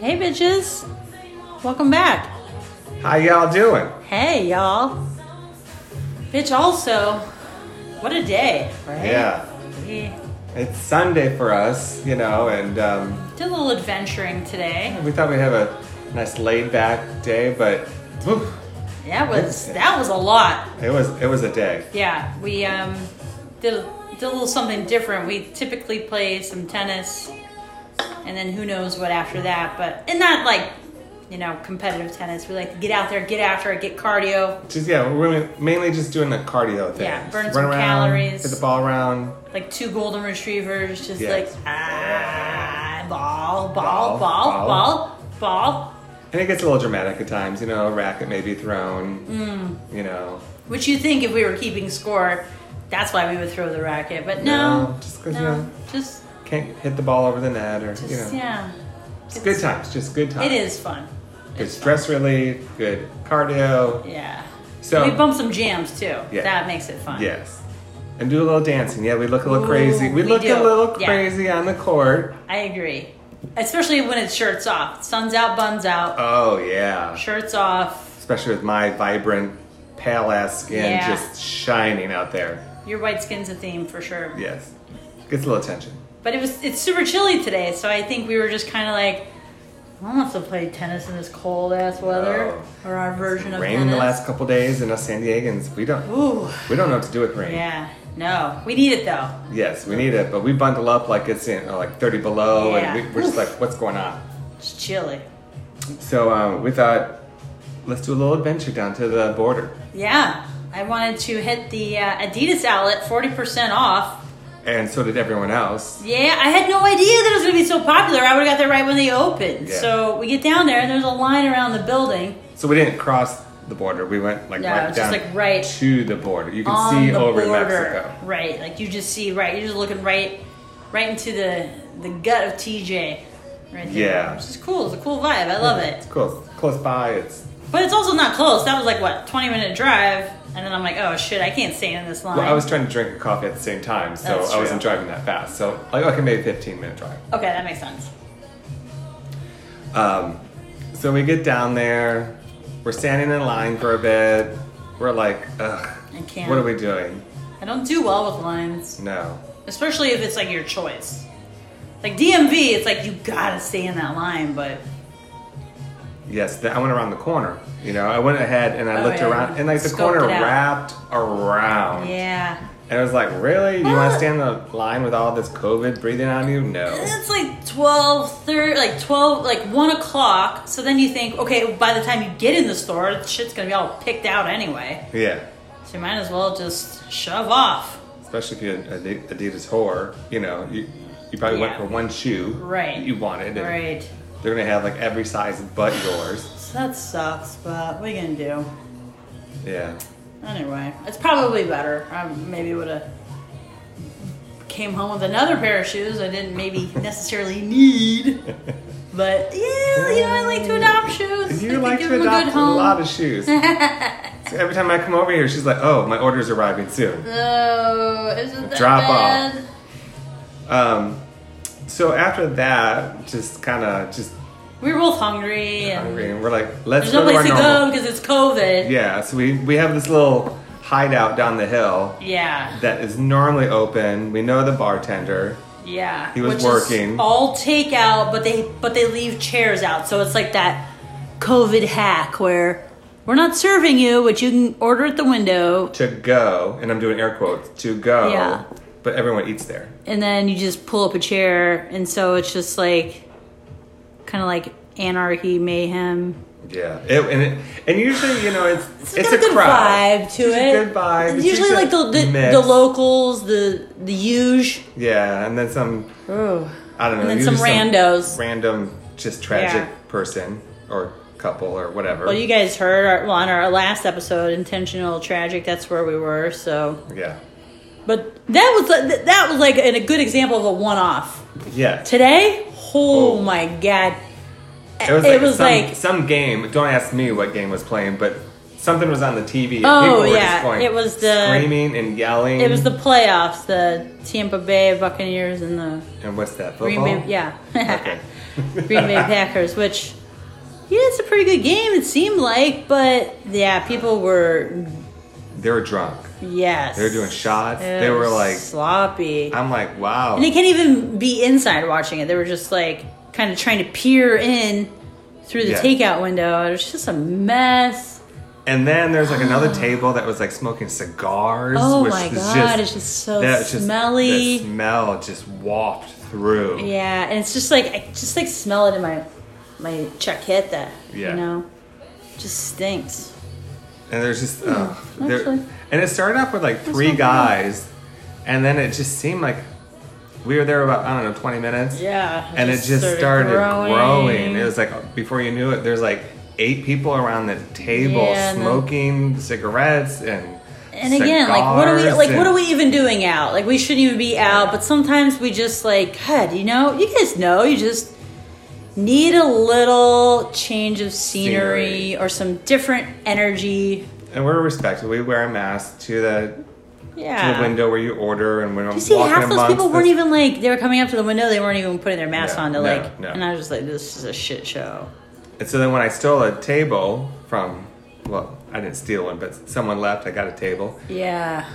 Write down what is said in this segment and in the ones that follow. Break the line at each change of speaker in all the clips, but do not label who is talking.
Hey, bitches. Welcome back.
How y'all doing?
Hey, y'all. Bitch, also, what a day, right?
Yeah.
We
It's Sunday for us, you know, and um,
did a little adventuring today.
we thought we'd have a nice laid back day, but whew,
That was that was a lot.
it was it was a day.
Yeah, we um, did, a, did a little something different. We typically play some tennis, and then who knows what after that. But and not like you know competitive tennis. We like to get out there, get after it, get cardio,
Just yeah, we're really- mainly just doing the cardio thing.
Yeah, burn
Just
some
around,
calories.
Hit the ball around.
like two golden retrievers, just
Yes.
like ah, ball, ball, ball,
Ball,
ball,
ball.
ball.
And it gets a little dramatic at times, you know, a racket may be thrown.
Mm.
You know.
Which you think if we were keeping score, that's why we would throw the racket. But no,
No, just 'cause, you
no,
know,
just,
Can't hit the ball over the net or you know.
just yeah.
It's good times, just good times.
It is fun.
Good stress relief, good cardio.
Yeah.
So
we bump some jams too.
Yeah.
That makes it fun.
Yes. And do a little dancing. Yeah, we look a little
Ooh,
crazy.
we
We, look
do.
a little
Yeah.
crazy on the court.
I agree. Especially when it's shirts off. Sun's out, buns out,
Oh yeah.
shirts off.
Especially with my vibrant pale ass skin
Yeah.
just shining out there.
Your white skin's a theme for sure.
Yes. Gets a little attention.
But it was it's super chilly today, so I think we were just kinda like I don't have to play tennis in this cold ass weather. Or our version of
Rain in the
tennis.
last couple days and us San Diegans, we don't
Ooh.
we don't know what to do with rain.
Yeah. No. We need it though.
Yes, we need it, but we bundle up like it's in like 30 below
Yeah.
and we, we're just
Oof.
like what's going on?
It's chilly.
So um, we thought let's do a little adventure down to the border.
Yeah. I wanted to hit the uh, Adidas outlet 40% off.
And so did everyone else.
Yeah, I had no idea that it was going to be so popular. I would have got there right when they opened.
Yeah.
So we get down there, and there's a line around the building.
So we didn't cross the border. We went like
No,
right
it's just,
down
like, right
to the border. You can
on
see
the
over
border.
Mexico.
Right, like you just see right. You're just looking right, right into the the gut of TJ. Right there.
Yeah.
which is cool. It's a cool vibe. I love it.
It's close, close by. It's
But it's also not close. That was like what 20 minute drive, and then I'm like, oh shit, I can't stand in this line.
well, I was trying to drink a coffee at the same time, so
That's
I wasn't
true.
driving that fast. So like, okay, maybe 15 minute drive.
okay, that makes sense.
Um, so we get down there. We're standing in line for a bit. We're like, ugh,
I can't.
what are we doing?
I don't do well with lines.
No.
especially if it's like your choice. Like DMV, it's like you gotta stay in that line, but
Yes, th- I went around the corner. You know, I went ahead and I
Oh,
looked
yeah.
around, and like the
Scoped
corner
it out.
wrapped around.
yeah,
And I was like, really? You want to stand in the line with all this COVID breathing on you?
And
No.
it's like twelve thirty, like twelve, like one o'clock. So then you think, okay, by the time you get in the store, the shit's gonna be all picked out anyway.
Yeah.
So you might as well just shove off.
Especially if you're an Adi- Adidas whore, you know, you, you probably
Yeah.
went for one shoe
Right.
that you wanted. and
Right.
They're going to have like every size but yours.
So that sucks, but what are you gonna do?
Yeah.
Anyway, it's probably better. I maybe would have came home with another pair of shoes I didn't maybe necessarily need. But yeah, you know, I like to adopt shoes. I
You
think
like
give
to
them
adopt
good
a,
home.
lot of shoes. so every time I come over here, she's like, oh, my order's arriving soon.
Oh, isn't that
Drop
bad?
Um, so after that, just kind of just
We were both hungry, and
hungry. And we're like, let's
there's no
go to
place
our
to
normal.
go because it's COVID.
Yeah, so we, we have this little hideout down the hill
Yeah,
that is normally open. We know the bartender.
yeah.
He was
Which is
working.
all takeout, but they but they leave chairs out, so it's like that COVID hack where we're not serving you, but you can order at the window,
To go, and I'm doing air quotes, to go.
Yeah.
But everyone eats there.
and then you just pull up a chair and so it's just like kind of like anarchy mayhem
Yeah. It, and it, and usually, you know, it's it's,
It's
a,
got good
crowd.
vibe to
It's
it
A good vibe.
It's
It's
usually like the the,
mix.
the locals the the huge
Yeah, and then some
oh
I don't know.
And then
usually
some randos.
random, just tragic
Yeah.
person or couple or whatever.
well you guys heard our, well, on our last episode intentional tragic that's where we were so
yeah.
but that was like- that was like an- a good example of a one-off
Yeah.
today oh,
Oh.
my god
It was,
It
like,
was
some,
like-
some game. Don't ask me what game was playing, but something was on the TV. and
Oh,
people were
yeah.
just going
It was the-
screaming and yelling.
it was the playoffs the tampa bay buccaneers and the
and what's that
Green
football?
Bay, yeah.
Okay.
Green Bay Packers, which yeah, it's a pretty good game. It seemed like, but yeah, people were
They were drunk.
yes.
They were doing shots.
It
They were
was
like,
sloppy,
I'm like, wow.
and they can't even be inside watching it. They were just like kind of trying to peer in through the
Yeah.
takeout window. It was just a mess.
And then there's like another table that was like smoking cigars.
Oh
which
my
is
God,
just,
it's just so
that was just-
smelly.
The smell just wafted through.
Yeah, and it's just like I just like smell it in my my chaqueta.
Yeah.
You know, just stinks.
And there's just,
Oh,
uh, there,
actually.
and it started off with like three
not bad.
guys, and then it just seemed like we were there about I don't know 20 minutes.
Yeah.
And it just started, growing. It was like before you knew it, there's like eight people around the table
Yeah, and then-
smoking cigarettes and
and again, like what are we
cigars
like? What
and-
are we even doing out? Like we shouldn't even be out. But sometimes we just like, God, you know, you guys know, you just need a little change of scenery,
Scenery.
or some different energy.
And we're respected. We wear a mask to the to
Yeah.
the window where you order and when I'm
You see,
walking
half those
amongst
people
this-
weren't even like they were coming up to the window. They weren't even putting their mask
No,
on to
no,
like.
no.
And I was just like, this is a shit show.
And so then when I stole a table from, well, I didn't steal one, but someone left. I got a table,
Yeah.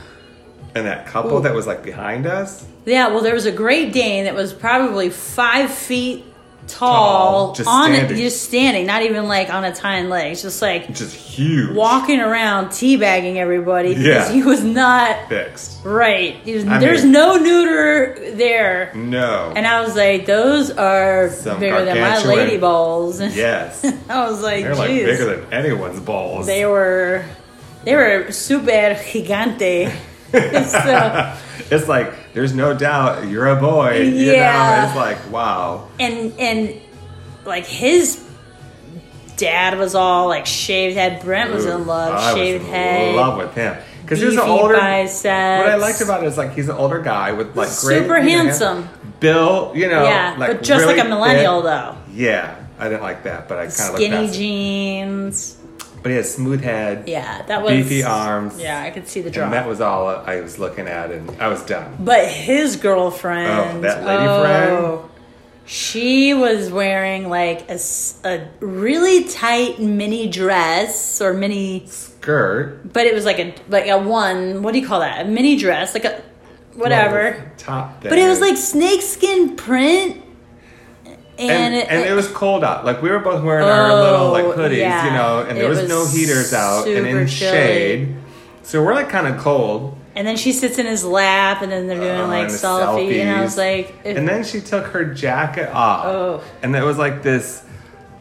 and that couple
Ooh.
that was like behind us,
Yeah. Well, there was a Great Dane that was probably five feet
Tall,
tall,
just
on
standing.
it, just standing, not even like on its hind legs, just like
just huge,
walking around, teabagging everybody because
Yeah.
he was not
fixed.
right. He was,
I
there's
mean-
no neuter there.
No.
And I was like, those are
Some
bigger than my
gargantuan-
lady balls.
yes,
I was like,
they're like
"Jeez."
bigger than anyone's balls.
They were they were super gigante. so,
it's like there's no doubt you're a boy. You
Yeah.
know, it's like wow.
and and like his dad was all like shaved head. Brent was
Ooh,
in love,
I was
shaved
in
head,
Love with him because he was an
beefy
older.
biceps.
What I liked about it is like he's an older guy with like great,
Super
you know,
handsome.
Bill, you know,
yeah,
like,
but just
really
like a millennial
thick.
though.
Yeah, I didn't like that, but I kind of
Skinny
looked past it.
jeans.
But he had smooth head.
Yeah, that was
Beefy arms.
Yeah, I could see the
And that
draw.
was all I was looking at, and I was done.
But his girlfriend,
Oh, that lady
oh, she was wearing like a, s- a really tight mini dress or mini
Skirt,
but it was like a like a one what do you call that a mini dress like a whatever
well, top.
but it was
thing.
like snakeskin print and,
and,
it,
and it was cold out. Like we were both wearing our little like
Oh,
hoodies, you
yeah.
know, and there
It
was,
was
no heaters out and
super
in
chilly.
shade. So we're like kind of cold.
and then she sits in his lap and then they're doing
uh,
like
and the
selfie and i was
selfies.
like it-
and then she took her jacket off,
Oh.
and it was like this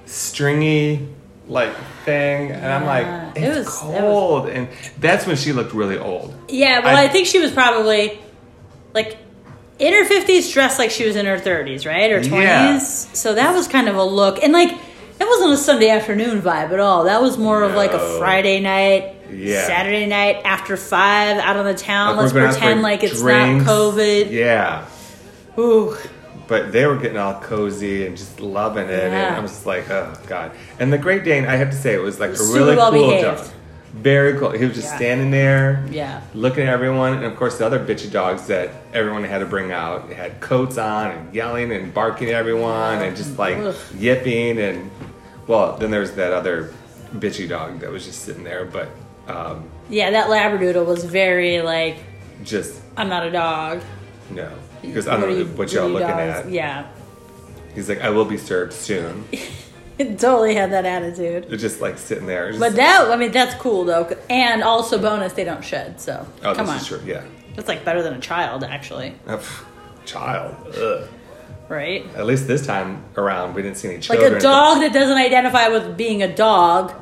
stringy like thing, and I'm
Yeah,
like,
it
it's
was- that was-
cold, and that's when she looked really old.
yeah well
I-
I, think she was probably like in her 50s dressed like she was in her 30s right or 20s
Yeah.
so that was kind of a look and like that wasn't a sunday afternoon vibe at all that was more of like
No.
a friday night
Yeah.
Saturday night after five out on the town. Let's
we're gonna have
pretend
to
like it's
drinks.
not COVID.
Yeah,
Ooh,
but they were getting all cozy and just loving it, and
Yeah.
I was just like, oh god. And the Great Dane, I have to say, it was like a
Super
really
well
cool
behaved.
dog. Very cool. He was just
Yeah.
standing there,
Yeah.
looking at everyone, and of course the other bitchy dogs that everyone had to bring out had coats on and yelling and barking at everyone and just like
Ugh.
yipping and well, then there was that other bitchy dog that was just sitting there, but um,
yeah, that labradoodle was very like,
just
I'm not a dog.
no, because I
What
don't
are
know
you-
what y'all
are you
looking
dogs?
at.
Yeah,
He's like, I will be served soon.
it totally had that attitude.
They're just like sitting there. Just,
But that, I mean, that's cool though. And also, bonus, they don't shed. So
oh,
come
this
on,
is true. Yeah,
that's like better than a child, actually,
Oh, pff, child. Ugh.
right?
At least this time around, we didn't see any
Like
children.
a dog that doesn't identify with being a dog,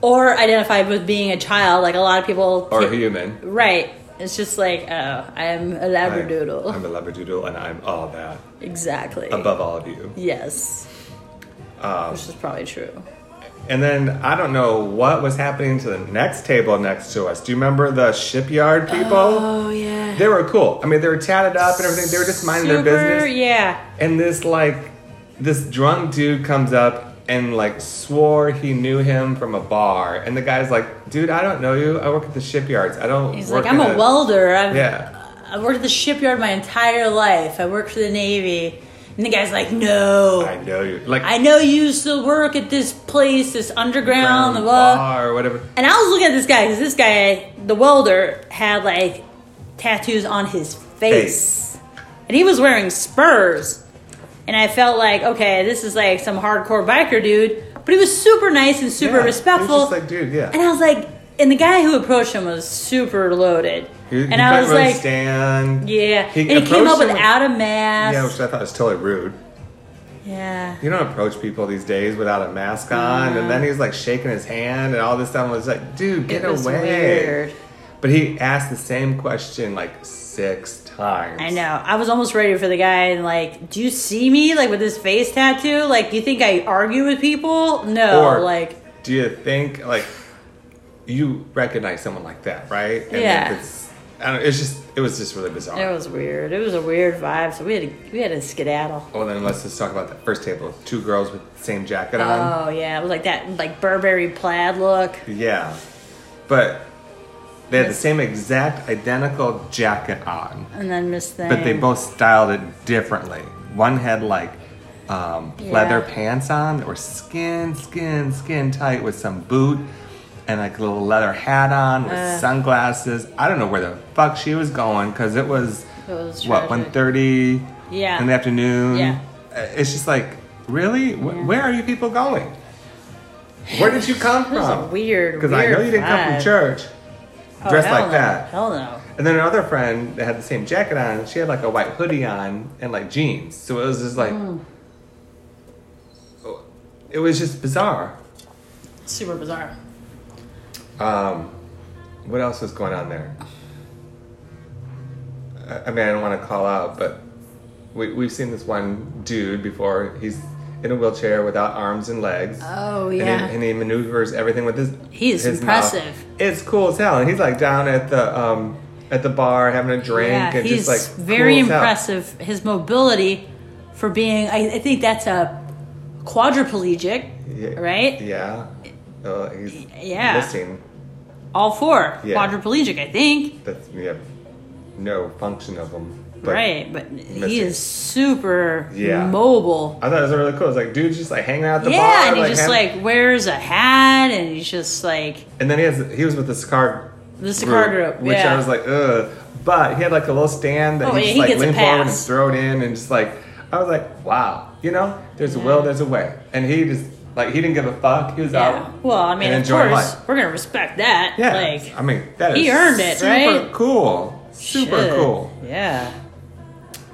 or identify with being a child. Like a lot of people,
or
take-
a human.
Right. It's just like, oh, I'm a labradoodle.
I'm, I'm a labradoodle, and I'm all that
exactly.
above all of you.
Yes.
Um,
Which is probably true.
And then I don't know what was happening to the next table next to us. Do you remember the shipyard people?
Oh yeah.
They were cool. I mean, they were tatted up and everything. They were just minding
Super-
their business.
Yeah.
And this like this drunk dude comes up and like swore he knew him from a bar. And the guy's like, "Dude, I don't know you. I work at the shipyards. I don't."
He's
work
like, I'm
in
a welder. I've,
Yeah.
I've worked at the shipyard my entire life. I worked for the Navy. And the guy's like, no.
I know you. Like,
I know you used to work at this place, this underground, blah,
ground
blah.
bar or whatever.
And I was looking at this guy because this guy, the welder, had like tattoos on his face. And he was wearing spurs. And I felt like, okay, this is like some hardcore biker dude. But he was super nice and super
Yeah, it was
respectful.
just like, dude, yeah.
and I was like, and the guy who approached him was super loaded.
He- he
and I
got
was
him on the
like,
stand.
yeah.
He
and he came
approached
up
him with-
without a mask.
Yeah, which I thought was totally rude.
yeah.
You don't approach people these days without a mask on. And then he's like shaking his hand and all this stuff. I was like, dude, get
It was
away.
weird.
But he asked the same question like six times.
I know. I was almost ready for the guy and like, do you see me like with this face tattoo? Like, do you think I argue with people? No,
Or
like,
do you think like you recognize someone like that, right? And
Yeah.
if It's, I don't. It's just. It was just really bizarre.
it was weird. It was a weird vibe. So we had to, we had to skedaddle.
well, then let's just talk about that first table. Two girls with the same jacket
Oh
on.
yeah, it was like that like Burberry plaid look.
Yeah, but they had the same exact identical jacket on.
And then Miss Thing.
but they both styled it differently. One had like um,
Yeah.
leather pants on that were skin, skin, skin tight with some boot and like a little leather hat on with sunglasses. I don't know where the fuck she was going because it was,
It was
what
tragic.
1.30
Yeah.
in the afternoon.
Yeah.
Uh, It's just like, really? Wh- Where are you people going? Where did you come
It was a
from?
weird.
Because I know
weird
you didn't come from
vibe.
church
Oh,
dressed
hell
like
no.
that.
Hell no.
And then another friend that had the same jacket on, she had like a white hoodie on and like jeans. So it was just like,
Mm.
it was just bizarre.
Super bizarre.
Um, what else was going on there? I I mean, I don't want to call out, but we, we've seen this one dude before. He's in a wheelchair without arms and legs.
Oh,
And he-
yeah.
And he, maneuvers everything with his.
He is
his mouth.
impressive.
It's cool as hell, and he's like down at the um at the bar having a drink
yeah,
and
he's
just like
very
cool as hell.
impressive. His mobility for being, I, I think that's a quadriplegic,
Yeah.
right?
Yeah. Uh, he's
Yeah.
missing.
All four
Yeah.
quadriplegic, I think.
That's we have no function of him. But
right, but he
missing.
is super
Yeah.
mobile.
I thought it was really cool. It's like dude's just like hanging out at the
yeah,
bar.
and he just
hang-
like wears a hat, and he's just like
And then he has he was with the Scar
The Scar group,
which
yeah.
I was like, ugh. But he had like a little stand that
Oh,
he
yeah,
just
he
like
gets a
leaned forward and
pass.
throw it in, and just like I was like, wow, you know, there's a will, there's a way, and he just like he didn't give a fuck. He was
yeah.
out.
Well, I mean,
and
of
enjoying
course,
life.
we're gonna respect that.
yeah.
like
I mean, that is
he earned it,
super
right?
Cool, super
shit.
cool.
Yeah,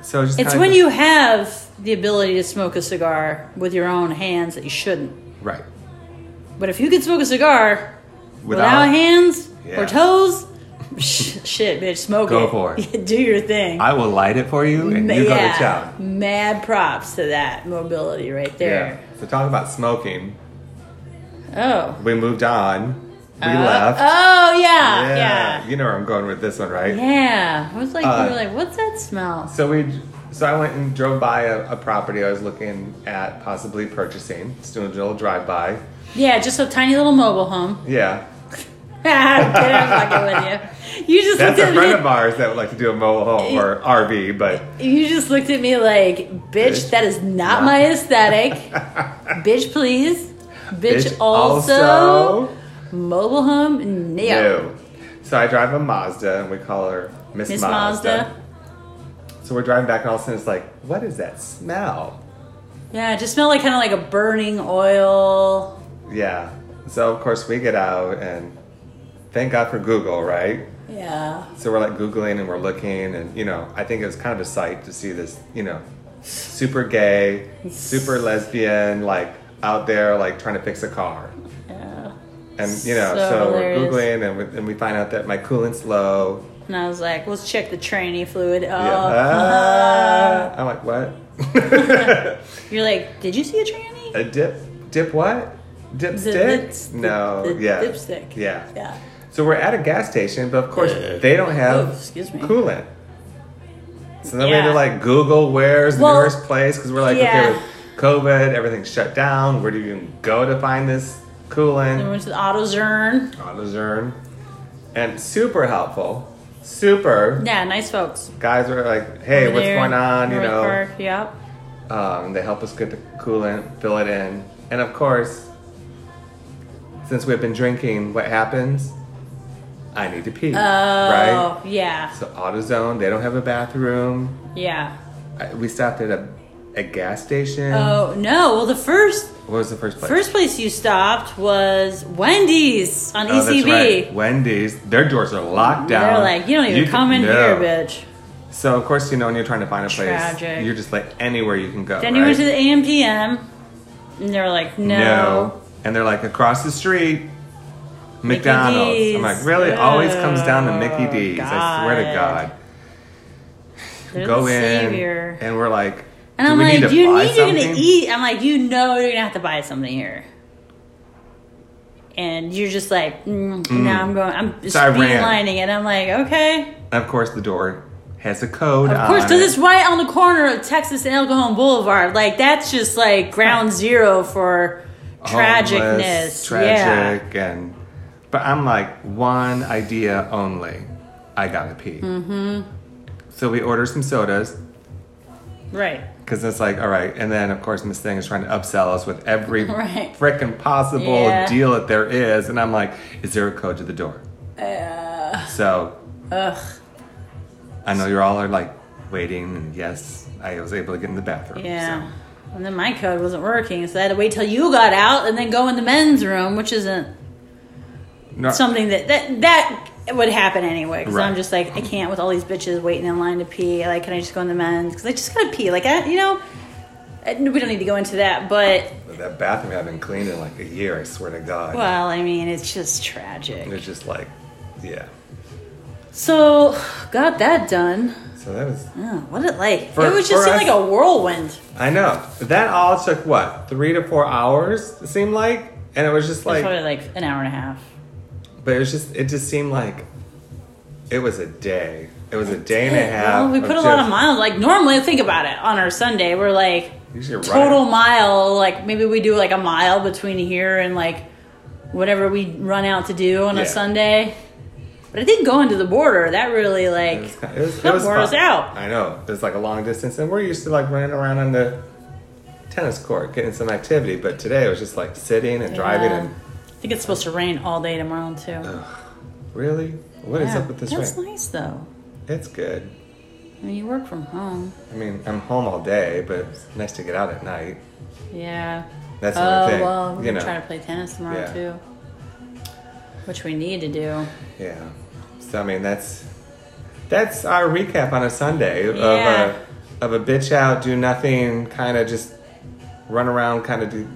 So just
it's
kinda
when
just-
you have the ability to smoke a cigar with your own hands that you shouldn't.
right
But if you could smoke a cigar without, hands
Yeah.
or toes, sh- shit, bitch, smoke
Go
it.
for it.
Do your thing.
I will light it for you, and you go to town.
Mad props to that mobility right there.
Yeah. So talk about smoking.
Oh.
We moved on. We
Uh,
left.
Oh yeah, yeah,
You know where I'm going with this one, right?
yeah. I was like,
Uh,
we were like, what's that smell?
So we, so I went and drove by a, a property I was looking at possibly purchasing. Just doing a little drive by.
Yeah, just a tiny little mobile home.
Yeah,
I'm kidding, I'm fucking with you. You just
that's
looked
a
at
friend
me.
of ours that would like to do a mobile home or RV, but
You just looked at me like, bitch,
Bitch.
that is not my aesthetic. bitch, please. Bitch,
it's
also, mobile home. No.
no. So I drive a Mazda, and we call her Miss,
Miss Mazda.
Mazda. So we're driving back, and all of a sudden it's like, what is that smell?
Yeah, it just smelled like kind of like a burning oil.
Yeah. So of course we get out, and thank God for Google, right?
Yeah.
So we're like googling and we're looking, and you know, I think it was kind of a sight to see this, you know, super gay, super lesbian, like out there, like trying to fix a car,
Yeah.
and you know,
So
so, we're
hilarious.
googling and we, and we find out that my coolant's low.
And I was like, let's check the tranny fluid. Oh. uh-huh.
Yeah. Ah. I'm like, what?
You're like, did you see a tranny?
a dip? Dip what?
lips-
Dipstick?
the-
No.
the
yeah.
dipstick.
Yeah.
Yeah.
So we're at a gas station, but of course
Uh,
they don't have
oh, excuse me.
coolant. So then we had
Yeah.
to like Google where's the
Well,
nearest place because we're like,
yeah.
okay, with COVID, everything's shut down. Where do you even go to find this
Then we
coolant?
went to the AutoZone.
AutoZone. And super helpful. Super.
Yeah, nice folks.
Guys were like, hey,
Over
what's
there
going
in
on? You
North
know,
Park, Yep.
Um, they help us get the coolant, fill it in, and of course, since we've been drinking, what happens? I need to pee, right?
Oh, yeah.
So AutoZone, they don't have a bathroom.
Yeah.
I, we stopped at a, a gas station.
Oh, no. Well, the first
what was the first place?
first place you stopped was Wendy's on E
Oh, that's
ECB.
right. Wendy's, their doors are locked down.
They're like, you don't even
can-
come in
no.
here, bitch.
So of course, you know when you're trying to find a place,
Tragic.
you're just like anywhere you can go.
Then you went to
right?
the AMPM, and they're like, no.
and they're like across the street, McDonald's.
D's.
I'm like, really? Always comes down to Mickey
Oh,
D's. I swear to
God.
God.
They're
go
the
in,
savior.
and we're like,
And
do
I'm
we
like,
need to
you
buy
need you're gonna
something?"
eat. I'm like, you know, you're gonna have to buy something here. And you're just like, mm, now I'm going. I'm
So I ran.
streamlining it. I'm like, okay.
And of course, the door has a code.
Of course,
on
because
it.
it's right on the corner of Texas and El Cajon Boulevard. Like that's just like ground zero for
homeless,
tragicness. Yeah.
tragic, and but I'm like one idea only. I gotta pee. Mm-hmm. So we order some sodas
Right.
because it's like all right, and then of course Miss Thing is trying to upsell us with every
Right.
frickin' possible
Yeah.
deal that there is, and I'm like, is there a code to the door? So
Ugh.
I know you're all are like waiting, and yes, I was able to get in the bathroom.
Yeah.
So.
And then my code wasn't working, so I had to wait till you got out and then go in the men's room, which isn't
No,
something that that that would happen anyway. Because I'm
Right.
just like, I can't with all these bitches waiting in line to pee. Like, can I just go in the men's? Because I just gotta pee. Like, I, you know, I, we don't need to go into that. But
that bathroom I've been cleaned in like a year. I swear to God.
well, I mean, it's just tragic.
It's just like, yeah.
So got that done.
So that was
Oh, what it like?
For-
it was
for
just seemed
us-
like a whirlwind.
I know. That all took what three to four hours. It seemed like, and it was just
It was
like,
probably like an hour and a half.
but it was just, it just seemed like, it was a day. It was a day and a half.
Well, we put a lot of miles. Like normally, think about it. On our Sunday, we're like
Usually
total
right.
mile. Like maybe we do like a mile between here and like whatever we run out to do on
Yeah.
a Sunday. But I think going to the border that really
It
like
was, it was, it
that
was
wore us
fun.
out.
I know. It was like a long distance, and we're used to like running around on the tennis court getting some activity. But today it was just like sitting and driving
Yeah.
and
I think it's supposed to rain all day tomorrow too.
really, what is
Yeah.
up with this
That's
rain?
nice though.
It's good.
I mean, you work from home.
I mean, I'm home all day, but it's nice to get out at night.
Yeah.
That's
oh
the only thing.
well, we're
you know.
gonna try to play tennis tomorrow
Yeah.
too, which we need to do.
Yeah. So I mean that's that's our recap on a Sunday
Yeah.
of a of a bitch out, do nothing, kind of just run around, kind of do.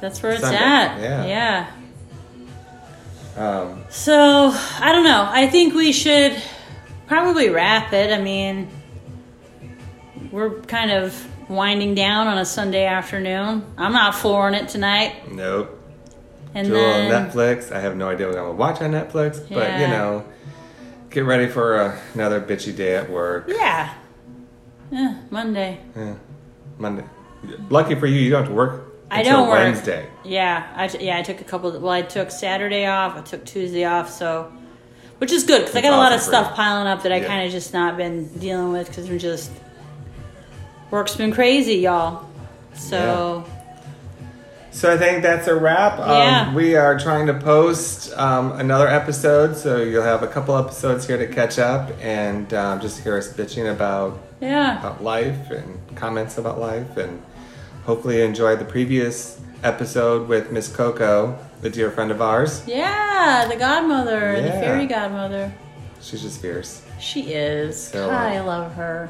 That's where it's
Sunday.
at.
Yeah.
Yeah.
Um,
So I don't know. I think we should probably wrap it. I mean, we're kind of winding down on a Sunday afternoon. I'm not flooring it tonight.
nope.
And
Jewel
then
on Netflix. I have no idea what I'm gonna watch on Netflix, but you
Yeah.
know, get ready for a, another bitchy day at work.
yeah, yeah, Monday.
Yeah. Monday. Lucky for you, you don't have to work.
I
until
don't work.
Wednesday.
Yeah, I t- yeah, I took a couple. well, I took Saturday off. I took Tuesday off. So, which is good because I
That's
got a lot of
awesome for
stuff piling up that I
Yeah.
kind of just not been dealing with because we're just work's been crazy, y'all. So
So I think that's a wrap. Um,
Yeah.
We are trying to post um, another episode, so you'll have a couple episodes here to catch up and um, just hear us bitching about
yeah.
about life and comments about life, and hopefully you enjoyed the previous episode with Miss Coco, the dear friend of ours.
Yeah, the godmother, the
Yeah.
fairy godmother.
She's just fierce.
She is.
So, uh,
I love her.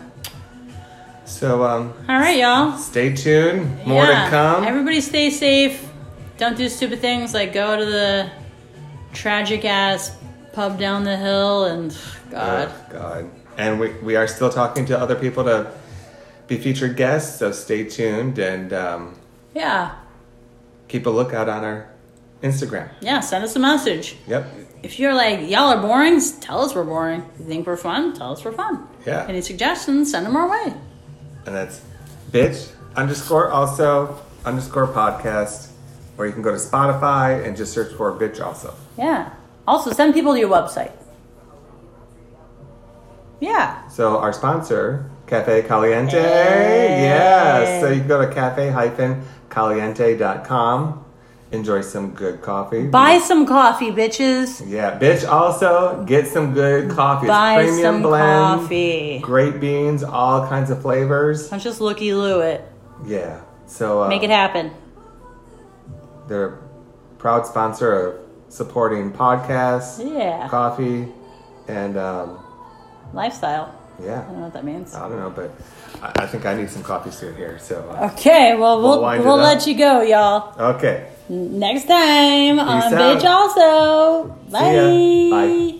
So um,
All right, y'all.
stay tuned. More
Yeah.
to come.
Everybody stay safe. Don't do stupid things like go to the tragic ass pub down the hill and God.
Oh, God. And we, we are still talking to other people to be featured guests, so stay tuned and. Um,
Yeah.
keep a lookout on our Instagram.
Yeah, send us a message.
Yep.
If you're like, y'all are boring, s- tell us we're boring. You think we're fun? Tell us we're fun.
Yeah.
Any suggestions? Send them our way.
And that's bitch underscore also underscore podcast, or you can go to Spotify and just search for bitch also.
Yeah. Also, send people to your website. Yeah.
So our sponsor Cafe Caliente.
Hey.
Yes. So you can go to cafe-caliente.com. Enjoy some good coffee.
Buy some coffee, bitches.
Yeah, bitch. Also, get some good coffee. It's
Buy
premium
some
blend,
coffee.
Great beans, all kinds of flavors.
I'm just looky loo it.
Yeah. So uh,
Make it happen.
They're a proud sponsor of supporting podcasts,
Yeah.
coffee, and um,
Lifestyle. I don't
yeah.
know what that means.
I don't know, but I, I think I need some coffee soon here. So uh,
Okay, well we'll
We'll wind
we'll,
it up.
let you go, y'all.
okay.
Next time on
out.
Bitch Also.
ya.
Bye.
Bye.